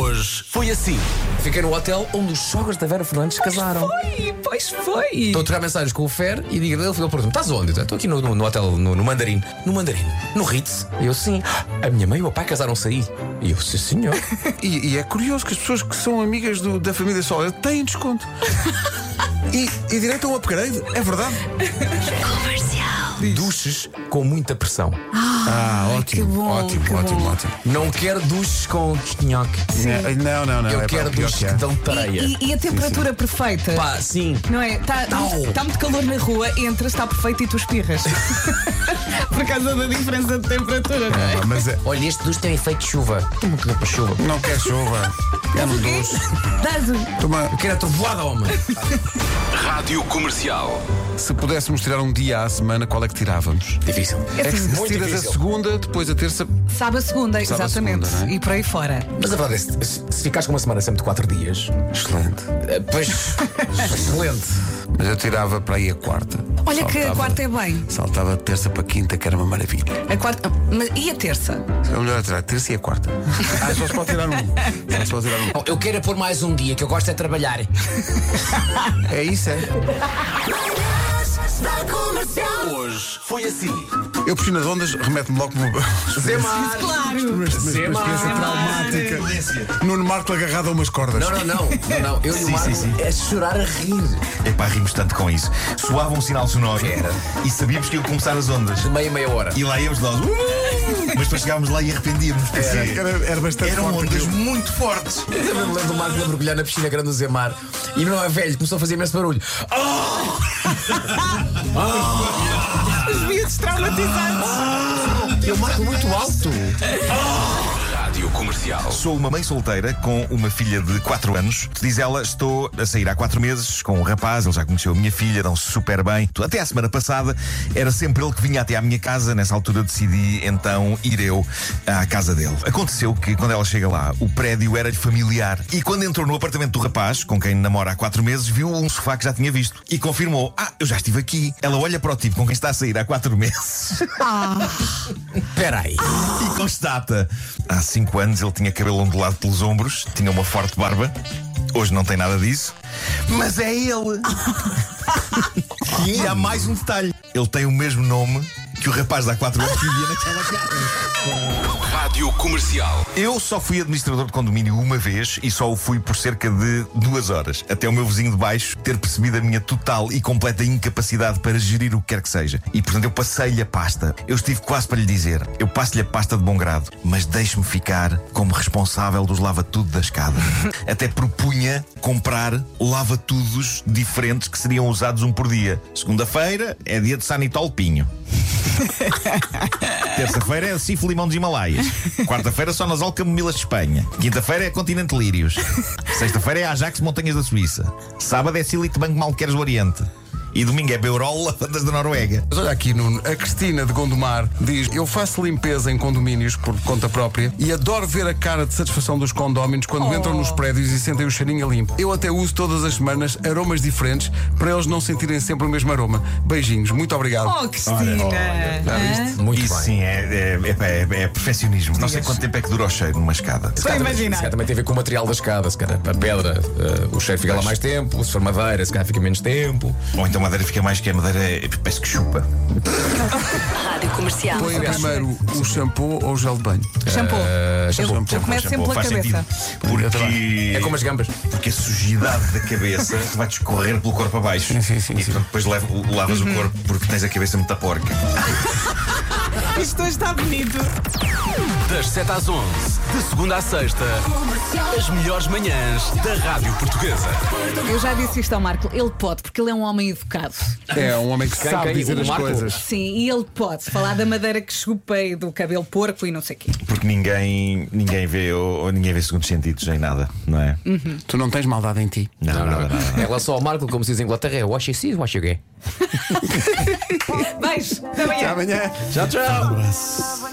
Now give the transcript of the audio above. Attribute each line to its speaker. Speaker 1: Hoje foi assim.
Speaker 2: Fiquei no hotel onde os sogros da Vera Fernandes casaram.
Speaker 3: Foi, pois foi.
Speaker 2: Estou a trocar mensagens com o Fer e digo ele, ele pergunta-me: estás onde? Eu, Estou aqui no, no- no hotel, no, no Mandarim. No Mandarim. No Ritz. E Eu, sim. A minha mãe e o meu pai casaram-se aí. E eu, sim, senhor.
Speaker 1: E, e é curioso que as pessoas que são amigas do- da família Soler têm desconto. e, e direito a um upgrade, é verdade.
Speaker 2: Duches com muita pressão.
Speaker 1: Ah, ótimo,
Speaker 3: que bom,
Speaker 1: ótimo,
Speaker 3: que
Speaker 1: ótimo,
Speaker 3: bom.
Speaker 1: ótimo.
Speaker 2: Não quero duches com chinhoque.
Speaker 1: É, Não, não, não.
Speaker 2: Eu
Speaker 1: é pá,
Speaker 2: quero
Speaker 1: o pior
Speaker 2: duches
Speaker 1: que
Speaker 2: que,
Speaker 1: é.
Speaker 2: dão tareia.
Speaker 3: E, e- e a temperatura perfeita.
Speaker 2: Pá, sim.
Speaker 3: Não é? Está
Speaker 2: Tau.
Speaker 3: tá muito calor na rua, entras, está perfeito e tu espirras. Por causa da diferença de temperatura, não é?
Speaker 1: Ah, Mas é,
Speaker 2: Olha, este duche tem efeito de chuva. Estou muito para chuva.
Speaker 1: não quer chuva. É um duche.
Speaker 3: Dás um.
Speaker 1: Toma,
Speaker 2: Eu quero a trovoada, homem.
Speaker 4: Rádio Comercial.
Speaker 1: se pudéssemos tirar um dia à semana, qual é que tirávamos?
Speaker 2: Difícil.
Speaker 3: assim,
Speaker 1: É que se
Speaker 2: Muito
Speaker 1: tiras
Speaker 2: difícil.
Speaker 1: a segunda, depois a terça.
Speaker 3: Sabe a segunda,
Speaker 1: Sabe a
Speaker 3: exatamente.
Speaker 1: segunda, não é?
Speaker 3: E por aí fora.
Speaker 2: Mas a verdade é, se, se- se ficares com uma semana sempre de 4 dias,
Speaker 1: Excelente.
Speaker 2: eh, pois. excelente.
Speaker 1: Mas eu tirava para aí a quarta.
Speaker 3: Olha que a
Speaker 1: Saltava-
Speaker 3: quarta é bem.
Speaker 1: Saltava de terça para quinta, que era uma maravilha.
Speaker 3: A quarta. mas- E a terça?
Speaker 1: É melhor tirar a terça e a quarta. Ah, só se pode tirar um. Só se pode tirar um.
Speaker 2: Bom, Eu quero é pôr mais um dia, que eu gosto é de trabalhar.
Speaker 1: É isso, é?
Speaker 4: Hoje foi assim.
Speaker 1: Eu puxei nas ondas, remete-me logo para uma
Speaker 2: Zemar!
Speaker 3: Claro!
Speaker 1: uma experiência traumática. Nuno Marco agarrado a umas cordas.
Speaker 2: Não, não, não, não, não. Eu e o
Speaker 5: Sim,
Speaker 2: Marco
Speaker 5: sim, sim.
Speaker 2: é chorar a rir.
Speaker 5: Epá, rimos tanto com isso. Soava um sinal sonoro e sabíamos que ia começar as ondas.
Speaker 2: De meia, meia hora.
Speaker 5: E lá íamos nós. "Uh!" Mas depois chegávamos lá e arrependíamos. porque
Speaker 1: Era, era bastante
Speaker 5: Eram
Speaker 1: forte
Speaker 5: ondas
Speaker 1: aquilo.
Speaker 5: muito fortes.
Speaker 2: Eu me lembro do Marco a mergulhar na piscina grande do Zemar e não é velho, começou a fazer imenso barulho.
Speaker 3: Os miúdos traumatizados!
Speaker 2: E o Marco muito alto.
Speaker 4: Rádio Comercial.
Speaker 5: Sou uma mãe solteira com uma filha de 4 anos. Diz ela, estou a sair há 4 meses com um rapaz, ele já conheceu a minha filha, dão-se super bem. Até a semana passada era sempre ele que vinha até à minha casa. Nessa altura decidi então ir eu à casa dele. Aconteceu que quando ela chega lá, o prédio era-lhe familiar. E quando entrou no apartamento do rapaz, com quem namora há 4 meses, viu um sofá que já tinha visto e confirmou: Ah, eu já estive aqui. Ela olha para o tipo com quem está a sair há 4 meses.
Speaker 2: Espera aí.
Speaker 5: E constata. Há 5 anos ele tinha cabelo ondulado pelos ombros, tinha uma forte barba. Hoje não tem nada disso. Mas é ele! e ainda há mais um detalhe: ele tem o mesmo nome que o rapaz de há 4 anos que vivia naquela casa.
Speaker 4: Rádio Comercial.
Speaker 5: Eu só fui administrador de condomínio uma vez e só o fui por cerca de duas horas, até o meu vizinho de baixo ter percebido a minha total e completa incapacidade para gerir o que quer que seja. E portanto eu passei-lhe a pasta. Eu estive quase para lhe dizer: eu passo-lhe a pasta de bom grado, mas deixe-me ficar como responsável dos lava-tudo da escada. até propunha comprar lava-tudos diferentes que seriam usados um por dia. Segunda-feira é dia de Sanitol Pinho. Terça-feira é Cifo Limão dos Himalaias. Quarta-feira só nas Alcamomilas de Espanha. Quinta-feira é Continente Lírios. Sexta-feira é Ajax Montanhas da Suíça. Sábado é Silite Banco Malqueres do Oriente. E domingo é Beurol Lavandas da Noruega.
Speaker 1: Mas olha aqui, Nuno, a Cristina de Gondomar diz: Eu faço limpeza em condomínios por conta própria e adoro ver a cara de satisfação dos condóminos quando
Speaker 2: Oh.
Speaker 1: entram nos prédios e sentem o cheirinho a limpo. Eu até uso todas as semanas aromas diferentes para eles não sentirem sempre o mesmo aroma. Beijinhos, muito obrigado.
Speaker 3: Oh, Cristina! Hã?
Speaker 2: Muito
Speaker 5: Isso
Speaker 2: bem.
Speaker 5: sim, é, é, é, é- é perfeccionismo. Não sei quanto tempo é que dura o cheiro numa escada.
Speaker 2: Se calhar
Speaker 3: Estou a
Speaker 2: também-
Speaker 3: imaginar.
Speaker 2: se calhar também tem a ver com o material da escada. Se calhar a pedra, eh, o cheiro fica lá mais tempo. Se for madeira, se calhar fica menos tempo.
Speaker 5: Ou então a madeira fica mais que a madeira, é- parece que chupa.
Speaker 6: Rádio Comercial.
Speaker 1: Põe primeiro o shampoo ou o gel de banho.
Speaker 3: Shampoo.
Speaker 2: Eh,
Speaker 3: Eu-
Speaker 2: shampoo.
Speaker 3: eu começo sempre pela
Speaker 5: faz
Speaker 3: cabeça.
Speaker 5: sentido. Porque.
Speaker 2: É como as gambas.
Speaker 5: Porque a sujidade da cabeça vai escorrer pelo corpo abaixo. e portanto, depois leva- lavas
Speaker 3: Uhum.
Speaker 5: o corpo porque tens a cabeça muito porca.
Speaker 3: Isto hoje está bonito.
Speaker 4: Das 7 às 11, de segunda à sexta, as melhores manhãs da Rádio Portuguesa.
Speaker 3: Eu já disse isto ao Marco, ele pode, porque ele é um homem educado.
Speaker 1: É um homem que
Speaker 2: Quem,
Speaker 1: sabe
Speaker 2: quem?
Speaker 1: dizer
Speaker 2: O
Speaker 1: as
Speaker 2: Marco?
Speaker 1: coisas.
Speaker 3: Sim, e ele pode falar da madeira que chupa e do cabelo porco e não sei o quê.
Speaker 5: Porque ninguém, ninguém vê ou, ou ninguém vê segundos sentidos em nada, não é?
Speaker 1: Tu não tens maldade em ti.
Speaker 5: Não, nada, nada, nada.
Speaker 2: Em relação ao Marco, como se diz em Inglaterra, é wash it, wash it gay.
Speaker 3: Beijo, até amanhã.
Speaker 1: Até amanhã.
Speaker 2: Tchau, tchau.